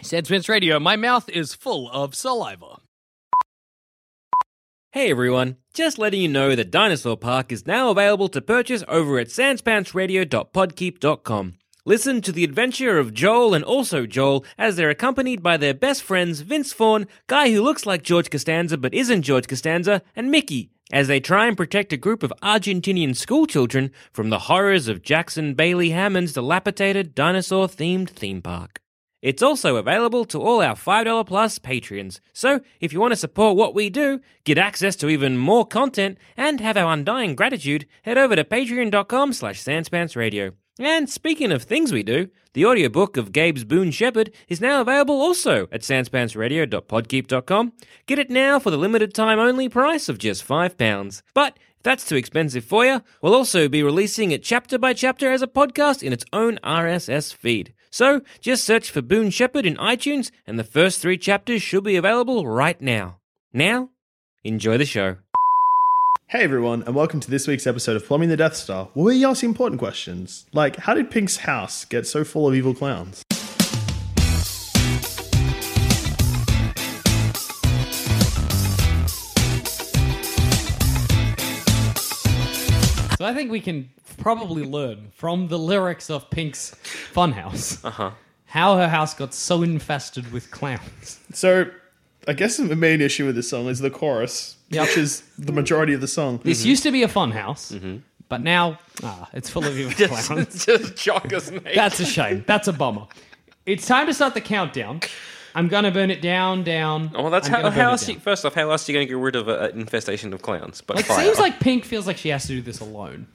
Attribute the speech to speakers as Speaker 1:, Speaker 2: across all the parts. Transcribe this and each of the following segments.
Speaker 1: Said Smith's Radio, my mouth is full of saliva.
Speaker 2: Hey everyone, just letting you know that Dinosaur Park is now available to purchase over at sanspantsradio.podkeep.com. Listen to the adventure of Joel and also Joel as they're accompanied by their best friends Vince Vaughn, guy who looks like George Costanza but isn't George Costanza, and Mickey as they try and protect a group of Argentinian schoolchildren from the horrors of Jackson Bailey Hammond's dilapidated dinosaur themed theme park. It's also available to all our $5 plus patrons. So, if you want to support what we do, get access to even more content, and have our undying gratitude, head over to patreon.com slash sanspantsradio. And speaking of things we do, the audiobook of Gabe's Boon Shepherd is now available also at sanspantsradio.podkeep.com. Get it now for the limited time only price of just £5. But if that's too expensive for you, we'll also be releasing it chapter by chapter as a podcast in its own RSS feed. So just search for Boon Shepherd in iTunes, and the first three chapters should be available right now. Now, enjoy the show.
Speaker 3: Hey everyone, and welcome to this week's episode of Plumbing the Death Star, where we ask important questions like how did Pink's house get so full of evil clowns?
Speaker 4: So I think we can probably learn from the lyrics of Pink's Funhouse
Speaker 2: Uh-huh.
Speaker 4: how her house got so infested with clowns.
Speaker 3: So, I guess the main issue with this song is the chorus,
Speaker 4: Yep.
Speaker 3: which is the majority of the song.
Speaker 4: This
Speaker 2: Mm-hmm.
Speaker 4: used to be a fun house, but now ah, it's full of evil clowns.
Speaker 2: Just shock us, mate.
Speaker 4: That's a shame. That's a bummer. It's time to start the countdown. I'm gonna burn it down, down.
Speaker 2: Oh, well, that's
Speaker 4: I'm
Speaker 2: how,
Speaker 4: gonna burn
Speaker 2: how
Speaker 4: it
Speaker 2: else.
Speaker 4: down.
Speaker 2: You, first off, how else are you going to get rid of an infestation of clowns? But
Speaker 4: It seems like Pink feels like she has to do this alone.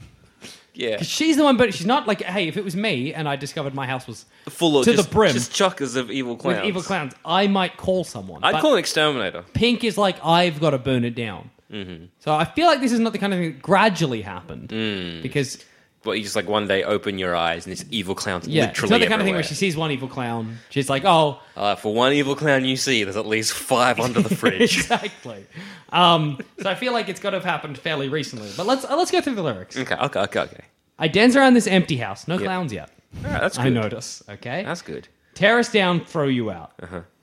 Speaker 2: yeah,
Speaker 4: She's the one, but she's not like, hey, if it was me and I discovered my house was
Speaker 2: full of
Speaker 4: to
Speaker 2: just,
Speaker 4: the brim
Speaker 2: just chockers of evil clowns.
Speaker 4: with evil clowns, I might call someone.
Speaker 2: I'd
Speaker 4: but
Speaker 2: call an exterminator.
Speaker 4: Pink is like, I've got to burn it down.
Speaker 2: Mm-hmm.
Speaker 4: So I feel like this is not the kind of thing that gradually happened
Speaker 2: Mm.
Speaker 4: because
Speaker 2: But you just like one day open your eyes and this evil clown's
Speaker 4: yeah, it's not
Speaker 2: literally
Speaker 4: the kind of thing
Speaker 2: everywhere.
Speaker 4: where she sees one evil clown, she's like, oh,
Speaker 2: Uh, for one evil clown you see, there's at least five under the fridge.
Speaker 4: exactly. Um, so I feel like it's got to have happened fairly recently. But let's uh, let's go through the lyrics.
Speaker 2: okay, okay, okay, okay.
Speaker 4: I dance around this empty house, no clowns yet.
Speaker 2: All right, that's good.
Speaker 4: I notice. Okay,
Speaker 2: That's Uh-huh. good.
Speaker 4: tear us down, throw you out.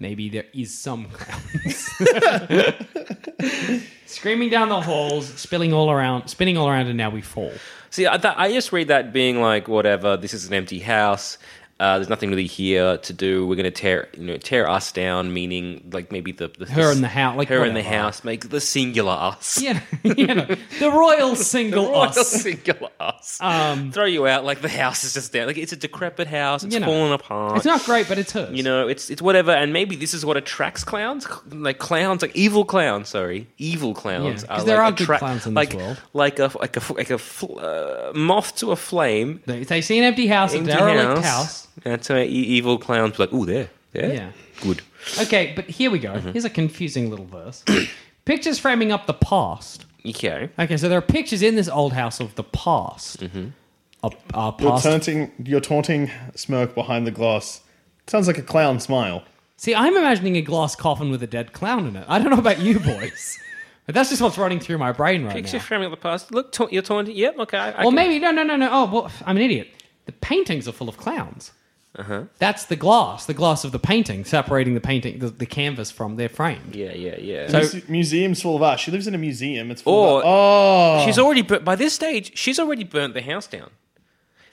Speaker 4: Maybe there is some clowns. Screaming down the halls, spilling all around, spinning all around, and now we fall.
Speaker 2: See, I, th- I just read that being like, whatever. This is an empty house. Uh, there's nothing really here to do. We're gonna tear, you know, tear us down. Meaning, like maybe the, the
Speaker 4: Her and the house, like,
Speaker 2: her and the
Speaker 4: whatever.
Speaker 2: house, make the singular us.
Speaker 4: Yeah, you know, the royal single
Speaker 2: Royal
Speaker 4: us. Um,
Speaker 2: singular us. Throw you out like the house is just down. Like it's a decrepit house. It's
Speaker 4: You know.
Speaker 2: falling apart.
Speaker 4: It's not great, but it's hers.
Speaker 2: You know, it's it's whatever, and maybe this is what attracts clowns, Cl- like clowns, like evil clowns. Sorry, evil clowns.
Speaker 4: Yeah, 'cause there
Speaker 2: like
Speaker 4: are good
Speaker 2: attract-
Speaker 4: clowns in this
Speaker 2: like,
Speaker 4: world.
Speaker 2: Like a like a like a fl- uh, moth to a flame.
Speaker 4: they, they see an empty house,
Speaker 2: Empty
Speaker 4: a derelict house.
Speaker 2: That's why e- evil clowns be like, oh, there, there,
Speaker 4: Yeah.
Speaker 2: good.
Speaker 4: Okay, but here we go.
Speaker 2: Mm-hmm.
Speaker 4: Here's a confusing little verse. pictures framing up the past.
Speaker 2: Okay,
Speaker 4: Okay, so there are pictures in this old house of the past. Mm-hmm. A, a
Speaker 3: Your
Speaker 4: past.
Speaker 3: taunting, your taunting smirk behind the glass sounds like a clown smile.
Speaker 4: See, I'm imagining a glass coffin with a dead clown in it. I don't know about you boys, but that's just what's running through my brain right
Speaker 2: picture
Speaker 4: now.
Speaker 2: framing up the past. Look, ta- you're taunting. Yep, okay. I, I
Speaker 4: Or
Speaker 2: can-
Speaker 4: maybe no, no, no, no. Oh, well, I'm an idiot. The paintings are full of clowns.
Speaker 2: Uh-huh.
Speaker 4: That's the glass, the glass of the painting, separating the painting, the, the canvas from their frame.
Speaker 2: Yeah, yeah, yeah.
Speaker 4: So-
Speaker 3: Muse- museum's full of art. She lives in a museum. It's full
Speaker 2: Or-
Speaker 3: of art. Oh,
Speaker 2: she's already burnt, by this stage. She's already burnt the house down.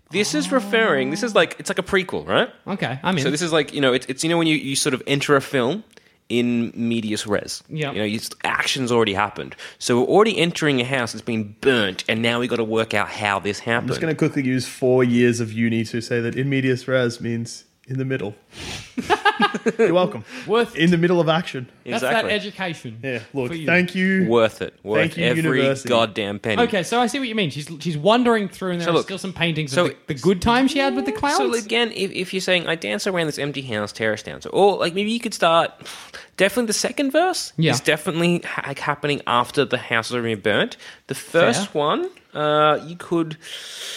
Speaker 2: This is referring. This is like it's like a prequel, right?
Speaker 4: Okay, I'm in.
Speaker 2: So this is like you know it's, it's you know when you, you sort of enter a film in medias res.
Speaker 4: Yeah.
Speaker 2: You know, you, action's already happened. So we're already entering a house that's been burnt, and now we got to work out how this happened.
Speaker 3: I'm just going to quickly use four years of uni to say that in medias res means in the middle. You're welcome.
Speaker 4: Worth
Speaker 3: In the middle of action.
Speaker 4: That's
Speaker 2: exactly.
Speaker 4: that education.
Speaker 3: Yeah, look,
Speaker 4: For you.
Speaker 3: thank you.
Speaker 2: worth it. Worth
Speaker 3: you,
Speaker 2: every
Speaker 3: university.
Speaker 2: goddamn penny.
Speaker 4: Okay, so I see what you mean. She's she's wandering through, and there
Speaker 2: So
Speaker 4: are
Speaker 2: look,
Speaker 4: still some paintings
Speaker 2: so-
Speaker 4: of the, the good time she had with the clowns.
Speaker 2: So again, if, if you're saying I dance around this empty house, tear us down. So or like maybe you could start. Definitely the second verse
Speaker 4: Yeah.
Speaker 2: is definitely ha- like happening after the house has already been burnt. The first
Speaker 4: Fair.
Speaker 2: one, uh, you could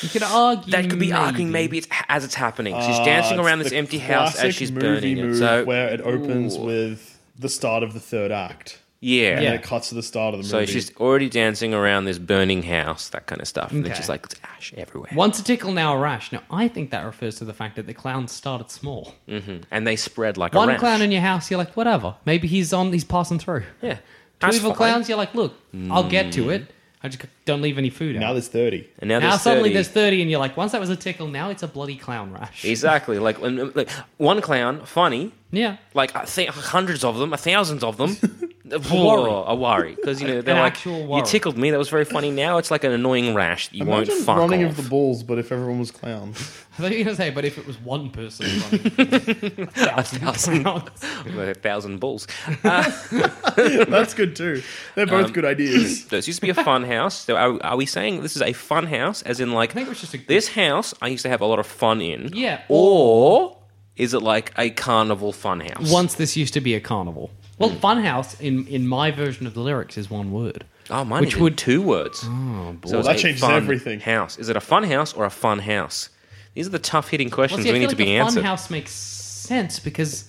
Speaker 4: you could argue
Speaker 2: that could be arguing maybe it's ha- as it's happening. She's dancing
Speaker 3: Uh,
Speaker 2: around
Speaker 3: it's
Speaker 2: this
Speaker 3: the
Speaker 2: empty house as
Speaker 3: classic
Speaker 2: she's
Speaker 3: movie
Speaker 2: burning it.
Speaker 3: move
Speaker 2: So
Speaker 3: where it opens
Speaker 2: Ooh.
Speaker 3: with the start of the third act.
Speaker 2: yeah.
Speaker 3: And then it cuts to the start of the
Speaker 2: So
Speaker 3: movie.
Speaker 2: she's already dancing around this burning house, that kind of stuff, and then
Speaker 4: Okay.
Speaker 2: she's like, "It's ash everywhere,"
Speaker 4: Once a tickle, now a rash. Now I think that refers to the fact that the clowns started small.
Speaker 2: Hmm. and they spread like
Speaker 4: One
Speaker 2: Mm, a rash.
Speaker 4: clown in your house, you're like, whatever. Maybe he's on, he's passing through.
Speaker 2: yeah,
Speaker 4: Two
Speaker 2: That's
Speaker 4: evil
Speaker 2: fine.
Speaker 4: clowns, you're like, look, I'll get to it. I just don't leave any food
Speaker 3: now
Speaker 4: out.
Speaker 3: there's 30.
Speaker 2: And now,
Speaker 4: now
Speaker 2: there's
Speaker 4: suddenly
Speaker 2: 30.
Speaker 4: there's 30, and you're like, once that was a tickle, now it's a bloody clown rash.
Speaker 2: Exactly. Like, when- like one clown, funny.
Speaker 4: yeah.
Speaker 2: Like I think hundreds of them, thousands of them. a
Speaker 4: worry.
Speaker 2: A worry. Because, you know, they're
Speaker 4: An
Speaker 2: like,
Speaker 4: actual
Speaker 2: you
Speaker 4: worry.
Speaker 2: tickled me. That was very funny. Now it's like an annoying rash that you won't
Speaker 3: Imagine
Speaker 2: fuck
Speaker 3: running
Speaker 2: off.
Speaker 3: of the bulls, but if everyone was clowns.
Speaker 4: I thought you were going to say, but if it was one person running, a thousand clowns.
Speaker 2: a thousand balls. Uh,
Speaker 3: That's good too. They're both
Speaker 2: Um,
Speaker 3: good ideas.
Speaker 2: No, this used to be a fun house. So are, are we saying this is a fun house? As in, like,
Speaker 4: think it was just a-
Speaker 2: this house I used to have a lot of fun in.
Speaker 4: Yeah,
Speaker 2: Or is it like a carnival fun house?
Speaker 4: Once this used to be a carnival. Well, funhouse in in my version of the lyrics is one word.
Speaker 2: Oh, mine
Speaker 4: Which
Speaker 2: is in
Speaker 4: would-
Speaker 2: two words. Oh, boy.
Speaker 3: That changes everything.
Speaker 2: House. Is it a fun house or a fun house? These are the tough hitting questions
Speaker 4: I
Speaker 2: we need
Speaker 4: feel
Speaker 2: to
Speaker 4: like
Speaker 2: be
Speaker 4: the
Speaker 2: answered.
Speaker 4: funhouse makes sense because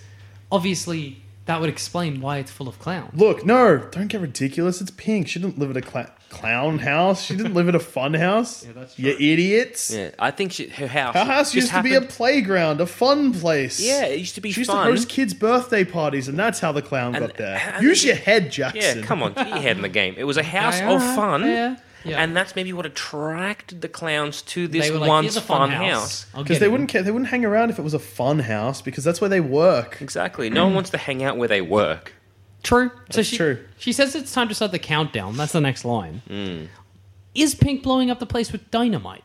Speaker 4: obviously that would explain why it's full of clowns.
Speaker 3: Look, no, don't get ridiculous. It's pink. She didn't live at a cla- clown house. She didn't live at a fun house. Yeah,
Speaker 4: that's
Speaker 3: You idiots.
Speaker 2: Yeah, I think she, her house.
Speaker 3: Her house
Speaker 2: just
Speaker 3: used to be a
Speaker 2: happened-
Speaker 3: playground, a fun place.
Speaker 2: Yeah, it used to be
Speaker 3: She used
Speaker 2: fun.
Speaker 3: to host kids' birthday parties, and that's how the clown got there.
Speaker 2: and-
Speaker 3: Use your head, Jackson.
Speaker 2: Yeah, come on, get your head in the game. It was a house
Speaker 4: Yeah,
Speaker 2: of
Speaker 4: alright,
Speaker 2: fun,
Speaker 4: yeah, yeah.
Speaker 2: and that's maybe what attracted the clowns to this
Speaker 4: They were like,
Speaker 2: once
Speaker 4: "Here's a
Speaker 2: fun,
Speaker 4: fun
Speaker 2: house.
Speaker 4: I'll
Speaker 3: Because
Speaker 4: get
Speaker 3: they
Speaker 4: it."
Speaker 3: wouldn't care. They wouldn't hang around if it was a fun house because that's where they work.
Speaker 2: Exactly. No one wants to hang out where they work.
Speaker 4: True. so she
Speaker 3: true.
Speaker 4: she says it's time to start the countdown. That's the next line.
Speaker 2: Mm.
Speaker 4: Is Pink blowing up the place with dynamite?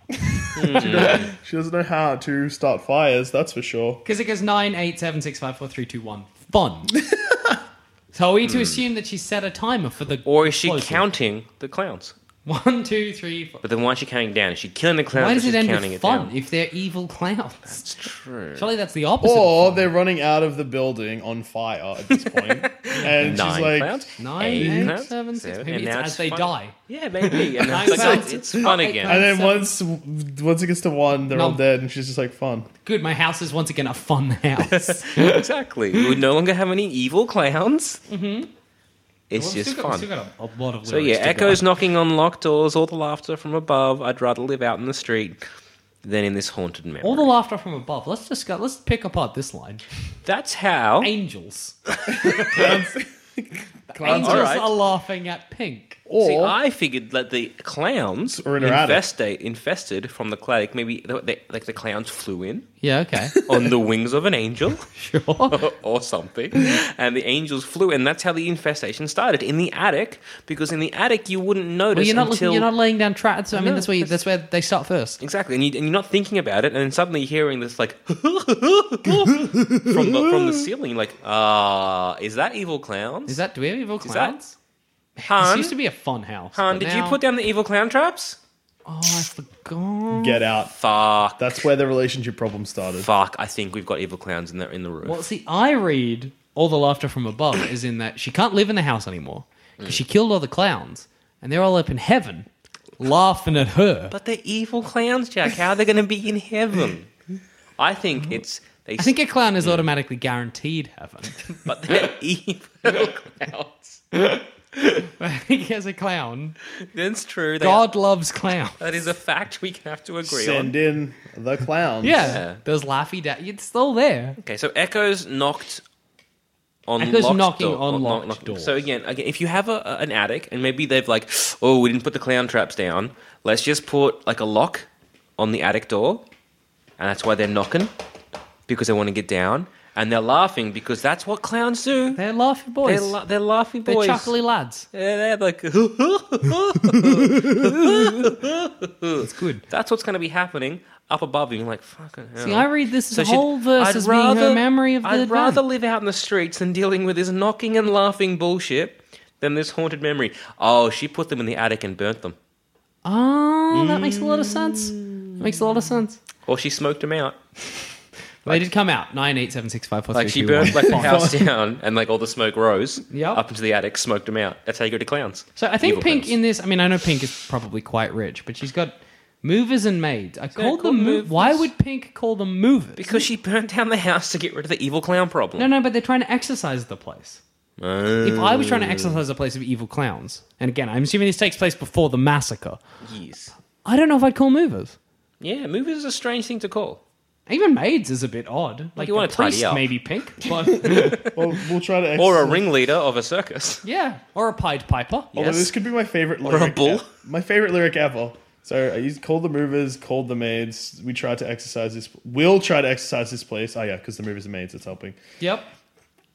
Speaker 3: She doesn't know how to start fires. That's for sure.
Speaker 4: Because it goes nine, eight, seven, six, five, four, three, two, one. Fun. so are we to assume that she set a timer for the
Speaker 2: Hmm. Or is she
Speaker 4: explosive?
Speaker 2: counting the clowns?
Speaker 4: one, two, three, four?
Speaker 2: But then why is she counting down? Is she killing the clowns?
Speaker 4: Why
Speaker 2: or
Speaker 4: does
Speaker 2: she's
Speaker 4: it end
Speaker 2: counting
Speaker 4: with
Speaker 2: it down?
Speaker 4: fun if they're evil clowns?
Speaker 2: True.
Speaker 4: Surely that's the opposite. of
Speaker 3: Or
Speaker 4: fun.
Speaker 3: they're running out of the building on fire at this point, and she's
Speaker 2: Nine
Speaker 3: like,
Speaker 2: clowns.
Speaker 4: Nine,
Speaker 2: eight
Speaker 4: eight,
Speaker 2: clowns,
Speaker 4: seven, six.
Speaker 2: seven,
Speaker 4: Maybe
Speaker 2: and
Speaker 4: it's
Speaker 2: now
Speaker 4: as
Speaker 2: it's
Speaker 4: they
Speaker 2: fun.
Speaker 4: die.
Speaker 2: Yeah, maybe. And now it's,
Speaker 4: Nine
Speaker 2: like,
Speaker 4: clowns.
Speaker 2: it's fun
Speaker 4: Eight
Speaker 2: again.
Speaker 3: and then
Speaker 4: Seven.
Speaker 3: once once it gets to one, they're all
Speaker 4: No.
Speaker 3: dead, and she's just like, fun.
Speaker 4: Good, my house is once again a fun house.
Speaker 2: exactly. We no longer have any evil clowns. Mm-hmm. It's
Speaker 4: We've
Speaker 2: just
Speaker 4: still got-
Speaker 2: fun.
Speaker 4: we've still got a, a lot of
Speaker 2: So yeah,
Speaker 4: lyrics to go.
Speaker 2: echoes knocking on locked doors, all the laughter from above. I'd rather live out in the street than in this haunted memory.
Speaker 4: All the laughter from above. Let's discuss. Let's pick apart this line.
Speaker 2: That's how.
Speaker 4: Angels.
Speaker 3: Clowns
Speaker 4: Angels
Speaker 3: are
Speaker 2: right.
Speaker 4: are laughing at Pink.
Speaker 3: or
Speaker 2: See, I figured that the clowns
Speaker 3: Or an erratic.
Speaker 2: infestate- infested from the cloud. Like maybe the- they, like the clowns flew in
Speaker 4: Yeah. Okay.
Speaker 2: on the wings of an angel
Speaker 4: sure.
Speaker 2: or something, and the angels flew, and that's how the infestation started in the attic. Because in the attic you wouldn't notice
Speaker 4: Well, you're not
Speaker 2: until
Speaker 4: listening, you're not laying down traps. I mean,
Speaker 2: No,
Speaker 4: that's where you, that's where they start first.
Speaker 2: Exactly, and, you, and you're not thinking about it, and then suddenly you're hearing this like from the from the ceiling, like ah, is that evil clowns?
Speaker 4: Is that do we have evil
Speaker 2: Is
Speaker 4: clowns?
Speaker 2: that-
Speaker 4: This
Speaker 2: Han?
Speaker 4: used to be a fun house.
Speaker 2: Han,
Speaker 4: but
Speaker 2: did
Speaker 4: now-
Speaker 2: you put down the evil clown traps?
Speaker 4: Oh, I forgot.
Speaker 3: get out.
Speaker 2: Fuck,
Speaker 3: That's where the relationship problem started.
Speaker 2: fuck! I think we've got evil clowns in the in the room.
Speaker 4: Well, see, I read all the laughter from above is in that she can't live in the house anymore because
Speaker 2: Mm.
Speaker 4: she killed all the clowns and they're all up in heaven laughing at her.
Speaker 2: But they're evil clowns, Jack. How are they going to be in heaven? I think it's they.
Speaker 4: Mm-hmm. I think a clown is automatically guaranteed heaven.
Speaker 2: but they're evil clowns.
Speaker 4: But He as a clown.
Speaker 2: That's true. They Uh,
Speaker 4: God loves clowns.
Speaker 2: That is a fact we can have to agree on.
Speaker 3: Send in the clowns.
Speaker 4: Yeah.
Speaker 2: Yeah.
Speaker 4: There's Laffy Daffy. It's still there.
Speaker 2: Okay, so Echo's knocked on
Speaker 4: Echo's
Speaker 2: locked
Speaker 4: knocking
Speaker 2: door-
Speaker 4: on
Speaker 2: knock-
Speaker 4: locked
Speaker 2: knock-
Speaker 4: doors.
Speaker 2: So again, again, if you have a, a- an attic and maybe they've like, oh, we didn't put the clown traps down. Let's just put like a lock on the attic door, and that's why they're knocking because they want to get down, and they're laughing because that's what clowns do.
Speaker 4: They're Laffy boys.
Speaker 2: They're, la- they're laughing
Speaker 4: They're
Speaker 2: boys.
Speaker 4: chuckly lads.
Speaker 2: They're, they're like,
Speaker 4: It's good.
Speaker 2: that's what's going to be happening up above you. You're like, fucking hell.
Speaker 4: See, I read this
Speaker 2: So she'd-
Speaker 4: whole verse
Speaker 2: I'd
Speaker 4: as being her memory of the
Speaker 2: I'd
Speaker 4: event.
Speaker 2: rather live out in the streets than dealing with this knocking and laughing bullshit than this haunted memory. Oh, she put them in the attic and burnt them.
Speaker 4: Oh, that makes a lot of sense. That makes a lot of sense.
Speaker 2: Or she smoked them out.
Speaker 4: they did come out. Nine eight seven six five four
Speaker 2: Like
Speaker 4: three
Speaker 2: she
Speaker 4: two,
Speaker 2: burnt
Speaker 4: one.
Speaker 2: like the house down and like all the smoke rose
Speaker 4: Yep.
Speaker 2: up into the attic, smoked them out. That's how you go to clowns.
Speaker 4: So I think
Speaker 2: Evil
Speaker 4: Pink
Speaker 2: clowns.
Speaker 4: in this. I mean, I know Pink is probably quite rich, but she's got movers and maids. I called
Speaker 2: called
Speaker 4: them. Mo-
Speaker 2: movers.
Speaker 4: why would Pink call them movers?
Speaker 2: because she burnt down the house to get rid of the evil clown problem.
Speaker 4: no, no, but they're trying to exercise the place. If I was trying to exercise the place of evil clowns, and again, I'm assuming this takes place before the massacre,
Speaker 2: Yes.
Speaker 4: I don't know if I'd call movers.
Speaker 2: Yeah, movers is a strange thing to call.
Speaker 4: Even maids is a bit odd. Like
Speaker 2: you
Speaker 4: the
Speaker 2: wanna tidy
Speaker 4: priest
Speaker 2: up.
Speaker 4: may be pink, but
Speaker 3: Well, we'll try to. Ex-
Speaker 2: Or a ringleader of a circus.
Speaker 4: yeah, or a Pied Piper.
Speaker 3: Although
Speaker 2: yes.
Speaker 3: this could be my favorite lyric.
Speaker 2: bull.
Speaker 3: e- my favorite lyric ever. So I used called the movers, called the maids. We tried to exercise this. We'll try to exercise this place. Oh yeah, because the movers and maids. It's helping.
Speaker 4: Yep.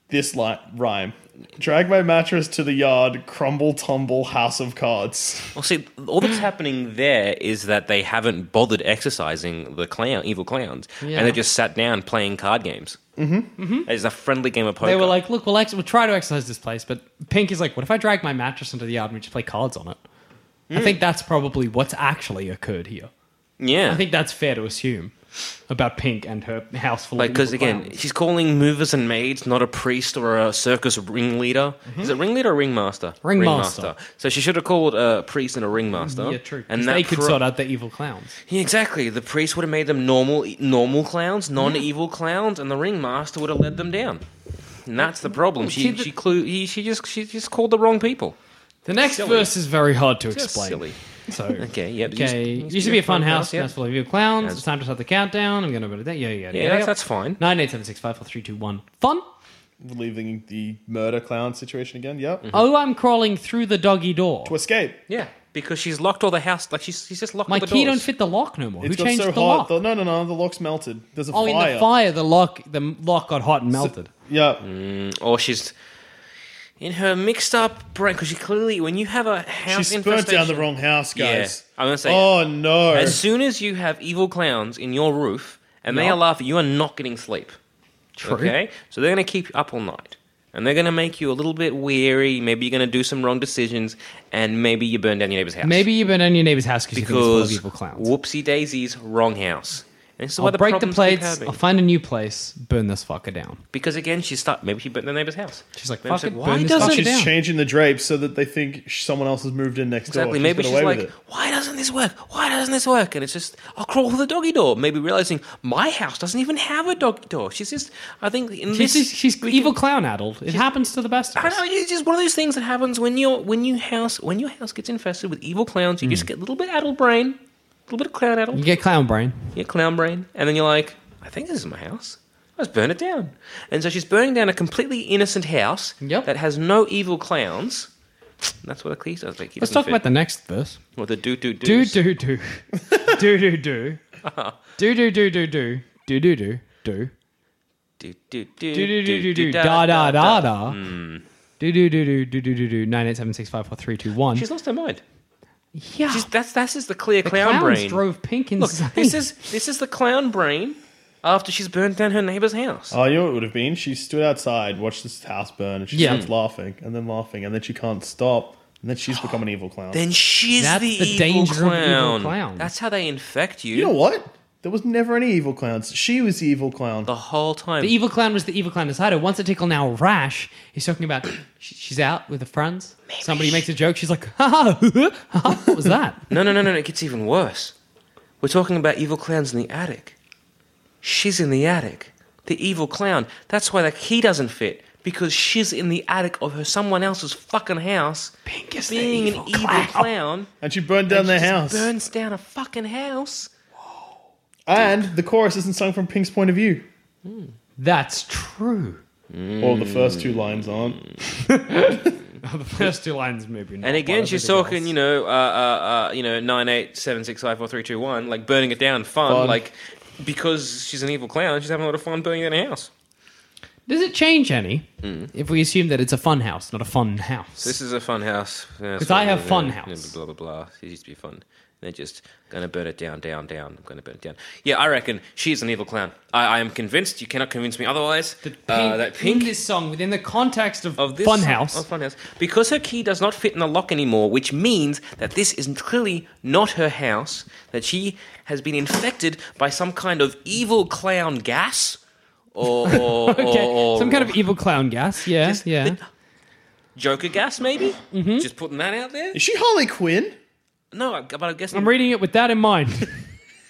Speaker 3: This li- rhyme. Drag my mattress to the yard. Crumble, tumble, house of cards.
Speaker 2: Well, see, all that's happening there is that they haven't bothered exercising the clown, evil clowns,
Speaker 4: Yeah.
Speaker 2: and they just sat down playing card games. Mm-hmm. mm-hmm. It's a friendly game of poker.
Speaker 4: They were like, look, we'll, ex- we'll try to exercise this place, but Pink is like, what if I drag my mattress into the yard and we just play cards on it?
Speaker 2: Hmm.
Speaker 4: I think that's probably what's actually occurred here.
Speaker 2: yeah,
Speaker 4: I think that's fair to assume about Pink and her house full
Speaker 2: like
Speaker 4: of
Speaker 2: because
Speaker 4: evil
Speaker 2: again,
Speaker 4: clowns.
Speaker 2: she's calling movers and maids, not a priest or a circus ringleader. Is it ringleader or ringmaster?
Speaker 4: Mm-hmm. Ringmaster.
Speaker 2: So she should have called a priest and a ringmaster.
Speaker 4: yeah, true.
Speaker 2: And
Speaker 4: And
Speaker 2: that
Speaker 4: they could
Speaker 2: pro-
Speaker 4: sort out the evil clowns.
Speaker 2: Yeah, exactly. The priest would have made them normal, e, normal clowns, non-evil clowns, and the ringmaster would have led them down. And that's the problem. She,
Speaker 4: See, the-
Speaker 2: she, clue, he, she just, she just called the wrong people.
Speaker 4: The next verse is very hard to
Speaker 2: Just
Speaker 4: explain.
Speaker 2: silly.
Speaker 4: So
Speaker 2: Okay, yeah. but
Speaker 4: okay,
Speaker 2: you-
Speaker 4: used, to be a fun house.
Speaker 2: yeah.
Speaker 4: Now it's full of evil clowns. It's time to start the countdown. I'm gonna go to that. Yeah, yeah,
Speaker 2: Yeah, that's, that's fine.
Speaker 4: Nine, eight, seven, six, five, four, three, two, one. Fun.
Speaker 3: Leaving the murder clown situation again.
Speaker 2: Mm-hmm.
Speaker 3: Yep.
Speaker 4: Oh, I'm crawling through the doggy door.
Speaker 3: To escape.
Speaker 2: Yeah, because she's locked all the house. Like she's, she's just locked
Speaker 4: My
Speaker 2: all the
Speaker 4: key don't
Speaker 2: doors.
Speaker 4: fit the lock no more.
Speaker 3: It's
Speaker 4: Who
Speaker 3: got
Speaker 4: changed
Speaker 3: so
Speaker 4: the
Speaker 3: hot.
Speaker 4: lock?
Speaker 3: The, no, no, no. The lock's melted. There's a
Speaker 4: oh,
Speaker 3: fire.
Speaker 4: in the fire, the lock, the lock got hot and melted.
Speaker 3: Yeah.
Speaker 2: Mm. or she's in her mixed up brain. Because she clearly, when you have a
Speaker 3: She
Speaker 2: house
Speaker 3: burnt
Speaker 2: infestation,
Speaker 3: down the wrong house, guys.
Speaker 2: Yeah, I'm gonna say-
Speaker 3: Oh no.
Speaker 2: As soon as you have evil clowns in your roof and they
Speaker 4: Yeah.
Speaker 2: are laughing, you are not getting sleep.
Speaker 4: True.
Speaker 2: Okay? So they're going to keep you up all night. And they're going to make you a little bit weary. Maybe you're going to do some wrong decisions. And maybe you burn down your neighbor's house.
Speaker 4: Maybe you've been in your neighbor's house because you think it's full of
Speaker 2: Because
Speaker 4: evil clowns.
Speaker 2: whoopsie daisies, wrong house. And this is why
Speaker 4: I'll
Speaker 2: the
Speaker 4: break the
Speaker 2: problems keep
Speaker 4: plates.
Speaker 2: happening.
Speaker 4: I'll find a new place. Burn this fucker down.
Speaker 2: Because again, she's stuck. Maybe she burnt the neighbor's house.
Speaker 4: She's like,
Speaker 2: Maybe
Speaker 4: fuck it,
Speaker 2: why
Speaker 4: burn this
Speaker 2: doesn't
Speaker 4: fucking
Speaker 3: She's
Speaker 4: down.
Speaker 3: changing the drapes so that they think sh- someone else has moved in next door.
Speaker 2: Exactly.
Speaker 3: She's
Speaker 2: Maybe
Speaker 3: got
Speaker 2: she's
Speaker 3: away with
Speaker 2: like,
Speaker 3: it.
Speaker 2: why doesn't this work? Why doesn't this work? And it's just, I'll crawl through the doggy door. Maybe realizing my house doesn't even have a doggy door. She's just, I think, in
Speaker 4: She's,
Speaker 2: this,
Speaker 4: she's, she's
Speaker 2: we
Speaker 4: evil
Speaker 2: can-
Speaker 4: clown addled. It happens to the best of
Speaker 2: I
Speaker 4: us.
Speaker 2: know it's just one of those things that happens when your when you house when your house gets infested with evil clowns. You just get a little bit addled brain, a little bit of clown addled,
Speaker 4: Mm. You get clown brain.
Speaker 2: yeah, clown brain, and then you're like, I think this is my house. Let's burn it down. And so she's burning down a completely innocent house
Speaker 4: Yep.
Speaker 2: that has no evil clowns. And That's what the key does. Like,
Speaker 4: Let's talk about the next verse.
Speaker 2: Or the do do do.
Speaker 4: Do do do, do do do, do do do do do, do do do do,
Speaker 2: do do do
Speaker 4: do do do do do, da da da da, do do do do do do do do. Nine eight seven six five four three two one.
Speaker 2: She's lost her mind.
Speaker 4: Yeah,
Speaker 2: She's, that's that's just the clear
Speaker 4: Ah. the
Speaker 2: clown
Speaker 4: clowns
Speaker 2: brain.
Speaker 4: drove Pink
Speaker 2: Look,
Speaker 4: insane.
Speaker 2: this is this is the clown brain after she's burnt down her neighbor's house.
Speaker 3: Oh, you know what it would have been? She stood outside, watched this house burn, and she
Speaker 4: Yeah.
Speaker 3: starts laughing, and then laughing, and then she can't stop, and then she's become an evil clown.
Speaker 2: Then she's
Speaker 4: That's
Speaker 2: the,
Speaker 4: the
Speaker 2: evil
Speaker 4: danger of evil
Speaker 2: clown.
Speaker 4: clowns.
Speaker 2: That's how they infect you,
Speaker 3: you know what? There was never any evil clowns. She was the evil clown.
Speaker 2: the whole time.
Speaker 4: The evil clown was the evil clown inside her. Once a tickle, now rash. He's talking about she- she's out with her friends. Somebody makes a joke. She's like, ha ha, ha ha. What was that?
Speaker 2: no, no, no, no, no. It gets even worse. We're talking about evil clowns in the attic. She's in the attic. The evil clown. That's why the key doesn't fit. because she's in the attic of her someone else's fucking house,
Speaker 4: Pink is the
Speaker 2: being
Speaker 4: evil
Speaker 2: an evil
Speaker 4: clown.
Speaker 2: clown,
Speaker 3: And she burned down
Speaker 2: and
Speaker 3: their
Speaker 2: she just
Speaker 3: house.
Speaker 2: burns down a fucking house.
Speaker 3: and the chorus isn't sung from Pink's point of view.
Speaker 4: That's true.
Speaker 3: Or the first two lines aren't.
Speaker 4: the first two lines maybe not.
Speaker 2: And again, she's talking, you know, uh, uh, uh, you know, nine eight seven six five four three two one, like burning it down, fun,
Speaker 3: Fun.
Speaker 2: like because she's an evil clown, she's having a lot of fun burning down a house.
Speaker 4: Does it change any if we assume that it's a fun house, not a fun house?
Speaker 2: Hmm. This is a fun house. Yeah, it's
Speaker 4: 'Cause I
Speaker 2: fun,
Speaker 4: have fun
Speaker 2: yeah,
Speaker 4: house.
Speaker 2: Blah, blah, blah. It used to be fun. They're just going to burn it down, down, down. I'm going to burn it down. Yeah, I reckon she's an evil clown. I, I am convinced. You cannot convince me otherwise. uh, that pink
Speaker 4: in this song within the context of,
Speaker 2: of this
Speaker 4: fun house.
Speaker 2: Of Funhouse. Because her key does not fit in the lock anymore, which means that this is clearly not her house, that she has been infected by some kind of evil clown gas. Or, or,
Speaker 4: okay,
Speaker 2: or-
Speaker 4: some kind of evil clown gas. Yeah,
Speaker 2: Oh. Just-
Speaker 4: yeah. Mm-hmm.
Speaker 2: Joker gas, maybe? Just putting that out there?
Speaker 3: Is she Harley Quinn?
Speaker 2: No, I- but I guess
Speaker 4: I'm reading it with that in mind.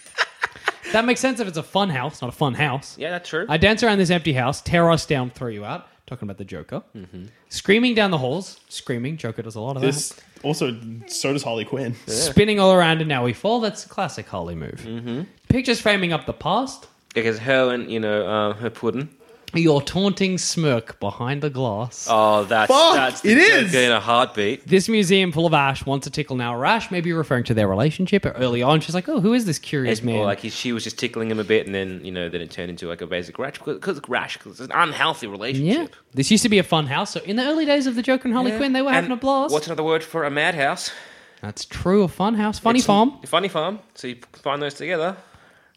Speaker 4: that makes sense if it's a fun house, not a fun house.
Speaker 2: Yeah, that's true.
Speaker 4: I dance around this empty house, tear us down, throw you out. Talking about the Joker.
Speaker 2: Mm-hmm.
Speaker 4: Screaming down the halls, screaming. Joker does a lot of
Speaker 3: This also so does Harley Quinn.
Speaker 4: that. Spinning all around and now we fall. That's a classic Harley move.
Speaker 2: Mm-hmm.
Speaker 4: Pictures framing up the past.
Speaker 2: Because her and you know uh, her pudding.
Speaker 4: Your taunting smirk behind the glass.
Speaker 2: Oh, that's
Speaker 3: Fuck,
Speaker 2: that's the
Speaker 3: it
Speaker 2: Joker
Speaker 3: is!
Speaker 2: in a heartbeat.
Speaker 4: This museum full of ash wants a tickle now. Rash may be referring to their relationship or early on. She's like, oh, who is this curious
Speaker 2: It's
Speaker 4: man?
Speaker 2: more like he, she was just tickling him a bit, and then you know, then it turned into like a basic rash because rash 'cause it's an unhealthy
Speaker 4: yeah.
Speaker 2: relationship.
Speaker 4: This used to be a fun house. So in the early days of the Joker and Harley Quinn, they were
Speaker 2: And
Speaker 4: having a blast.
Speaker 2: What's another word for a madhouse?
Speaker 4: That's true. A fun house. Funny
Speaker 2: It's-
Speaker 4: farm.
Speaker 2: Funny farm. So you find those together.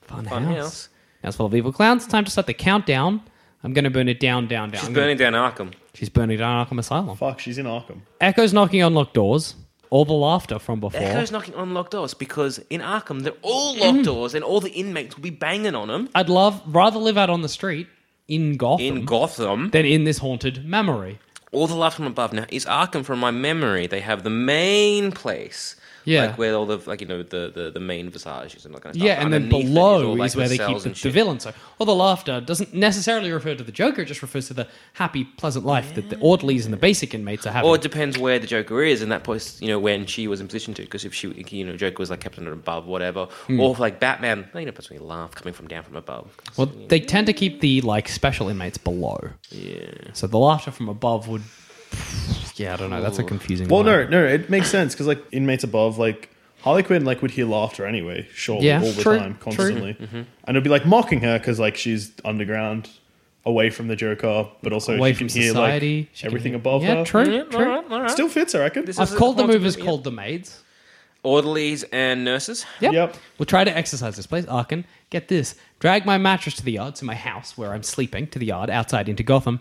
Speaker 4: Fun,
Speaker 2: fun
Speaker 4: house.
Speaker 2: house.
Speaker 4: Now it's full of evil clowns. It's time to start the countdown. I'm going to burn it down, down, down.
Speaker 2: She's
Speaker 4: I'm gonna-
Speaker 2: burning down Arkham.
Speaker 4: she's burning down Arkham Asylum.
Speaker 3: Fuck, she's in Arkham.
Speaker 4: Echoes knocking on locked doors. All the laughter from before.
Speaker 2: Echo's knocking on locked doors because in Arkham they're all locked
Speaker 4: Mm.
Speaker 2: doors, and all the inmates will be banging on them
Speaker 4: I'd love rather live out on the street in Gotham
Speaker 2: in Gotham.
Speaker 4: than in this haunted memory.
Speaker 2: all the love from above now is Arkham from my memory. They have the main place.
Speaker 4: Yeah.
Speaker 2: Like where all the like you know the the, the main visages and that kind of
Speaker 4: yeah,
Speaker 2: stuff.
Speaker 4: and then
Speaker 2: Underneath it
Speaker 4: below
Speaker 2: all, like,
Speaker 4: is, where they keep
Speaker 2: cells
Speaker 4: the,
Speaker 2: and
Speaker 4: the
Speaker 2: shit.
Speaker 4: villain. So all the laughter doesn't necessarily refer to the Joker; it just refers to the happy, pleasant life that the orderlies and the basic inmates are having.
Speaker 2: Or it depends where the Joker is in that place, you know, when she was in position to. Because if she, you know, Joker was like kept under above, whatever.
Speaker 4: Hmm.
Speaker 2: Or if, like Batman, you know, puts me laugh coming from down from above.
Speaker 4: well, they tend to keep the like special inmates below. Yeah. So the laughter from above would. Yeah, I don't know. That's a confusing.
Speaker 3: Well,
Speaker 4: one.
Speaker 3: no, no, it makes sense because like inmates above, like Harley Quinn, like would hear laughter anyway, surely
Speaker 4: Yeah,
Speaker 3: all the
Speaker 4: true,
Speaker 3: time,
Speaker 4: true.
Speaker 3: constantly,
Speaker 4: Mm-hmm.
Speaker 3: and it'd be like mocking her because like she's underground, away from the Joker, but also
Speaker 4: away
Speaker 3: she
Speaker 4: from
Speaker 3: can hear
Speaker 4: society.
Speaker 3: like
Speaker 4: she can
Speaker 3: everything
Speaker 4: hear-
Speaker 3: above
Speaker 4: yeah,
Speaker 3: her.
Speaker 4: True, true.
Speaker 3: Still fits, I reckon.
Speaker 2: This
Speaker 4: I've
Speaker 2: is a
Speaker 4: called the
Speaker 2: haunted
Speaker 4: movers
Speaker 2: movie, yeah.
Speaker 4: called the maids.
Speaker 2: Orderlies and nurses.
Speaker 4: Yep.
Speaker 3: Yep.
Speaker 4: We'll try to exercise this place. Arkin, get this. Drag my mattress to the yard, to my house where I'm sleeping, to the yard, outside into Gotham.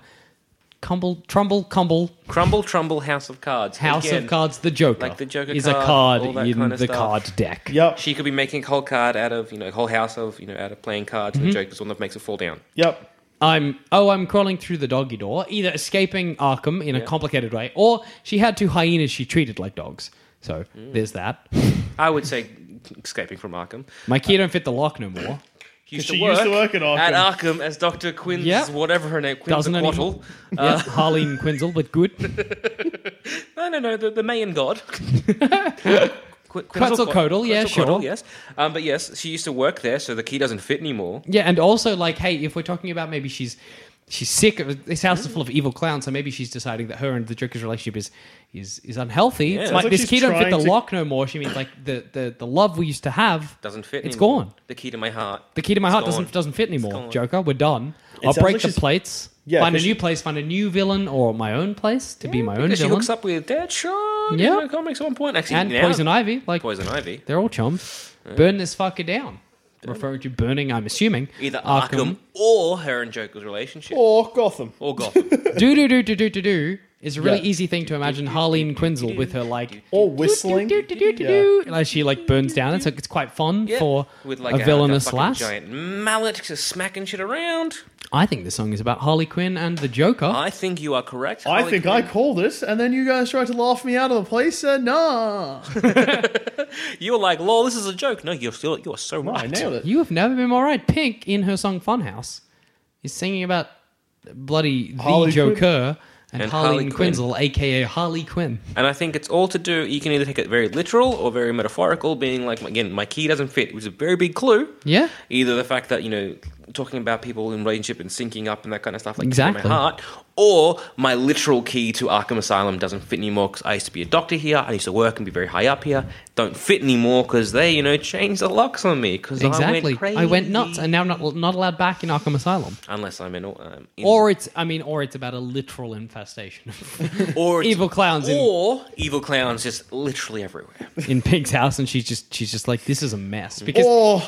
Speaker 4: Cumble, trumble, cumble,
Speaker 2: Crumble, Trumble, House of Cards.
Speaker 4: House
Speaker 2: Again,
Speaker 4: of Cards, the Joker.
Speaker 2: like the Joker
Speaker 4: is a
Speaker 2: card, all
Speaker 4: card
Speaker 2: that
Speaker 4: in
Speaker 2: kinda
Speaker 4: the
Speaker 2: stuff.
Speaker 4: card deck.
Speaker 3: Yep.
Speaker 2: She could be making a whole card out of, you know, a whole house of, you know, out of playing cards,
Speaker 4: Mm-hmm.
Speaker 2: and the Joker's the one that makes it fall down.
Speaker 3: Yep.
Speaker 4: I'm oh, I'm crawling through the doggy door, either escaping Arkham in a complicated way, or she had two hyenas she treated like dogs. So
Speaker 2: Mm.
Speaker 4: there's that.
Speaker 2: I would say escaping from Arkham.
Speaker 4: My key don't fit the lock no more.
Speaker 2: She used,
Speaker 3: She used to work at Arkham.
Speaker 2: At Arkham as Dr. Quinn's,
Speaker 4: Yeah.
Speaker 2: whatever her name, Quinn's
Speaker 4: Doesn't
Speaker 2: Doesn't
Speaker 4: anymore.
Speaker 2: Uh.
Speaker 4: Yeah, Harleen Quinzel, but good.
Speaker 2: No, no, no, the, the Mayan god. Qu-
Speaker 4: Quetzalcoatl, yeah, sure.
Speaker 2: Yes, um, but yes, she used to work there, so the key doesn't fit anymore.
Speaker 4: Yeah, and also like, hey, if we're talking about maybe she's she's sick. of- This house is
Speaker 2: Mm.
Speaker 4: full of evil clowns, so maybe she's deciding that her and the Joker's relationship is is is unhealthy. it's
Speaker 2: sounds
Speaker 4: like,
Speaker 3: like
Speaker 4: this
Speaker 3: she's
Speaker 4: key don't fit the
Speaker 3: trying to-
Speaker 4: lock no more. She means like the the the love we used to have
Speaker 2: Doesn't fit.
Speaker 4: It's
Speaker 2: anymore.
Speaker 4: gone.
Speaker 2: The key to my heart.
Speaker 4: The key to my
Speaker 2: It's
Speaker 4: heart
Speaker 2: gone.
Speaker 4: doesn't doesn't fit anymore.
Speaker 2: gone.
Speaker 4: Joker, we're done. I'll
Speaker 3: sounds
Speaker 4: break
Speaker 3: like
Speaker 4: the
Speaker 3: she's-
Speaker 4: plates.
Speaker 3: Yeah,
Speaker 4: find a
Speaker 3: 'cause
Speaker 4: new
Speaker 3: she-
Speaker 4: place. Find a new villain or my own place to be my own
Speaker 2: Because she
Speaker 4: villain.
Speaker 2: hooks up with Deadshot.
Speaker 4: Yeah.
Speaker 2: Yeah, in the comics at one point. Actually,
Speaker 4: and
Speaker 2: now,
Speaker 4: poison ivy, like
Speaker 2: Poison Ivy.
Speaker 4: they're all chums. Burn this fucker down. Referring to burning, I'm assuming
Speaker 2: Either Arkham, or her and Joker's relationship, or,
Speaker 3: Or Gotham.
Speaker 2: Gotham.
Speaker 4: do do do do do do do is a really
Speaker 3: Yeah.
Speaker 4: easy thing to imagine Harleen Quinzel with her like
Speaker 3: Or whistling.
Speaker 4: do, do, do, do, do, and as she like burns down. It's like it's quite fun
Speaker 2: Yeah.
Speaker 4: for
Speaker 2: with like
Speaker 4: a villainous
Speaker 2: fucking
Speaker 4: lass.
Speaker 2: giant mallet just smacking shit around.
Speaker 4: I think this song is about Harley Quinn and the Joker.
Speaker 2: I think you are correct.
Speaker 3: I
Speaker 2: Harley
Speaker 3: think
Speaker 2: Quinn.
Speaker 3: I called it, and then you guys tried to laugh me out of the place, and nah.
Speaker 2: You're like, lol, this is a joke. No, you're still, you are so
Speaker 3: I
Speaker 2: right.
Speaker 3: nailed it.
Speaker 4: you have never been more right. Pink in her song Funhouse is singing about bloody the
Speaker 3: Harley
Speaker 4: Joe
Speaker 3: Quinn.
Speaker 4: Kerr and,
Speaker 2: And
Speaker 4: Harley
Speaker 2: Harley Quinn.
Speaker 4: Quinzel, aka Harley Quinn.
Speaker 2: And I think it's all to do. You can either take it very literal or very metaphorical, being like again, my key doesn't fit, which is a very big clue.
Speaker 4: Yeah.
Speaker 2: Either the fact that you know talking about people in relationship and syncing up and that kind of stuff, like
Speaker 4: Exactly.
Speaker 2: exactly. my heart, or my literal key to Arkham Asylum doesn't fit anymore because I used to be a doctor here, I used to work and be very high up here, don't fit anymore because they you know changed the locks on me because I
Speaker 4: Exactly.
Speaker 2: went crazy.
Speaker 4: nuts, and now I'm not not allowed back in Arkham Asylum.
Speaker 2: unless I'm in, um, in
Speaker 4: Or it's, I mean, or it's about a literal infestation of
Speaker 2: or it's-
Speaker 4: evil clowns in-
Speaker 2: or evil clowns just literally everywhere.
Speaker 4: in Pig's house, and she's just she's just like, this is a mess because
Speaker 3: Or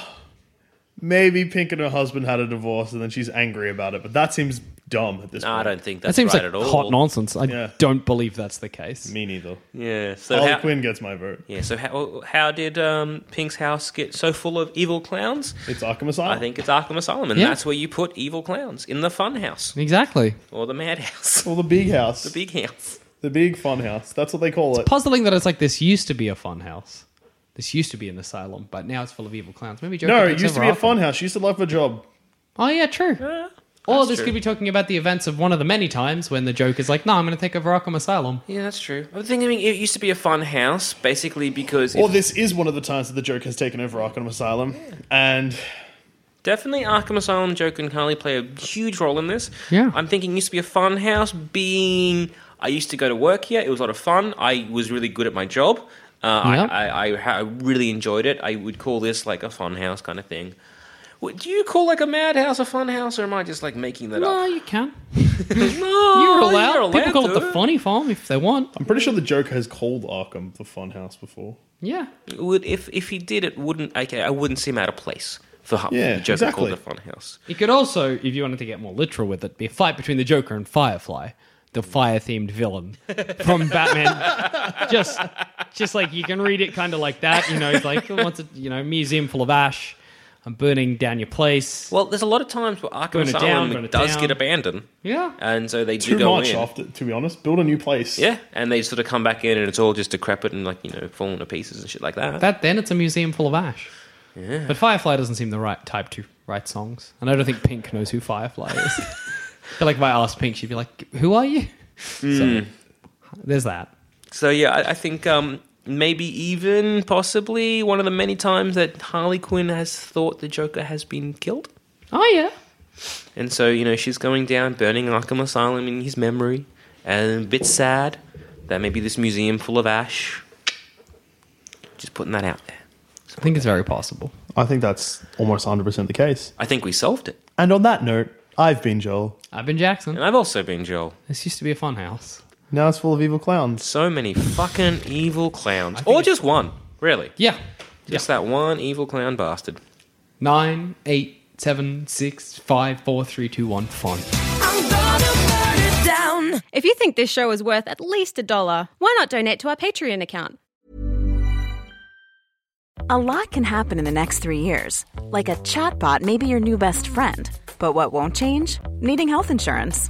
Speaker 3: maybe Pink and her husband had a divorce and then she's angry about it, but that seems dumb at this
Speaker 2: No, I
Speaker 3: point.
Speaker 2: don't think
Speaker 4: that
Speaker 2: that's
Speaker 4: seems
Speaker 2: right
Speaker 4: like
Speaker 2: at all.
Speaker 4: hot nonsense. I
Speaker 3: Yeah.
Speaker 4: don't believe that's the case.
Speaker 3: Me neither.
Speaker 2: Yeah. So
Speaker 3: Harley
Speaker 2: how-
Speaker 3: Quinn gets my vote.
Speaker 2: Yeah, so how, how did um, Pink's house get so full of evil clowns?
Speaker 3: It's Arkham Asylum.
Speaker 2: I think it's Arkham Asylum, and
Speaker 4: Yeah.
Speaker 2: that's where you put evil clowns in the fun house
Speaker 4: Exactly.
Speaker 2: or the madhouse,
Speaker 3: Well, the big house. The big,
Speaker 2: big house.
Speaker 3: fun house. That's what they call it.
Speaker 4: Puzzling that it's like this used to be a fun house. This used to be an asylum, but now it's full of evil clowns. Maybe Joker
Speaker 3: No, it
Speaker 4: takes
Speaker 3: used to
Speaker 4: over
Speaker 3: be a
Speaker 4: Arkham.
Speaker 3: fun house. She used to love her job.
Speaker 4: Oh yeah, true. or
Speaker 2: that's
Speaker 4: this
Speaker 2: true.
Speaker 4: could be talking about the events of one of the many times when the Joker's like, "No, I'm going to take over Arkham Asylum."
Speaker 2: Yeah, that's true. I'm thinking it used to be a fun house, basically because
Speaker 3: Or
Speaker 2: if-
Speaker 3: this is one of the times that the Joker has taken over Arkham Asylum. And
Speaker 2: definitely Arkham Asylum, Joker, and Harley play a huge role in this.
Speaker 4: Yeah.
Speaker 2: I'm thinking it used to be a fun house, being I used to go to work here. It was a lot of fun. I was really good at my job. Uh,
Speaker 4: Yeah.
Speaker 2: I, I, I, ha- really enjoyed it. I would call this like a fun house kind of thing. What- Do you call like a madhouse a fun house, or am I just like making that
Speaker 4: No,
Speaker 2: up?
Speaker 4: you can.
Speaker 2: No,
Speaker 4: You're allowed. People call it the
Speaker 2: to.
Speaker 4: funny farm if they want.
Speaker 3: I'm pretty sure the Joker has called Arkham the fun house before.
Speaker 4: Yeah.
Speaker 2: Would if if he did it wouldn't okay? I wouldn't seem out of place for Har-
Speaker 3: Yeah,
Speaker 2: the Joker
Speaker 3: exactly.
Speaker 2: called the fun house.
Speaker 4: It could also, if you wanted to get more literal with it, be a fight between the Joker and Firefly, the fire-themed villain from Batman. just, just like you can read it kind of like that. You know, it's like wants a you know museum full of ash. I'm burning down your place.
Speaker 2: Well, there's a lot of times where Arkham
Speaker 4: Burn it down,
Speaker 2: Asylum
Speaker 4: burn it
Speaker 2: does
Speaker 4: down.
Speaker 2: get abandoned.
Speaker 4: Yeah.
Speaker 2: and so they
Speaker 3: Too
Speaker 2: do go
Speaker 3: much,
Speaker 2: in.
Speaker 3: after, to be honest. Build a new place.
Speaker 2: Yeah, and they sort of come back in, and it's all just decrepit and like you know falling to pieces and shit like that.
Speaker 4: That then it's a museum full of ash. Yeah. But Firefly doesn't seem the right type to write songs, and I don't think Pink knows who Firefly is. I feel like if I asked Pink, she'd be like, "Who are you?" Hmm. So, there's that.
Speaker 2: so yeah, I, I think um, maybe even possibly one of the many times that Harley Quinn has thought the Joker has been killed,
Speaker 4: Oh yeah.
Speaker 2: and so you know she's going down, burning Arkham Asylum in his memory, and a bit sad that maybe this museum full of ash. Just putting that out there.
Speaker 4: I think it's very possible.
Speaker 3: I think that's almost 100% the case.
Speaker 2: I think we solved it,
Speaker 3: And on that note, I've been Joel.
Speaker 4: I've been Jackson.
Speaker 2: and I've also been Joel.
Speaker 4: This used to be a fun house.
Speaker 3: Now it's full of evil clowns.
Speaker 2: So many fucking evil clowns, or just one, really.
Speaker 4: Yeah.
Speaker 2: Just that one evil clown bastard.
Speaker 4: Nine, eight, seven, six, five, four, three, two, one. Fun.
Speaker 5: If you think this show is worth at least a dollar, why not donate to our Patreon account?
Speaker 6: A lot can happen in the next three years. Like a chatbot may be your new best friend. But what won't change? Needing health insurance.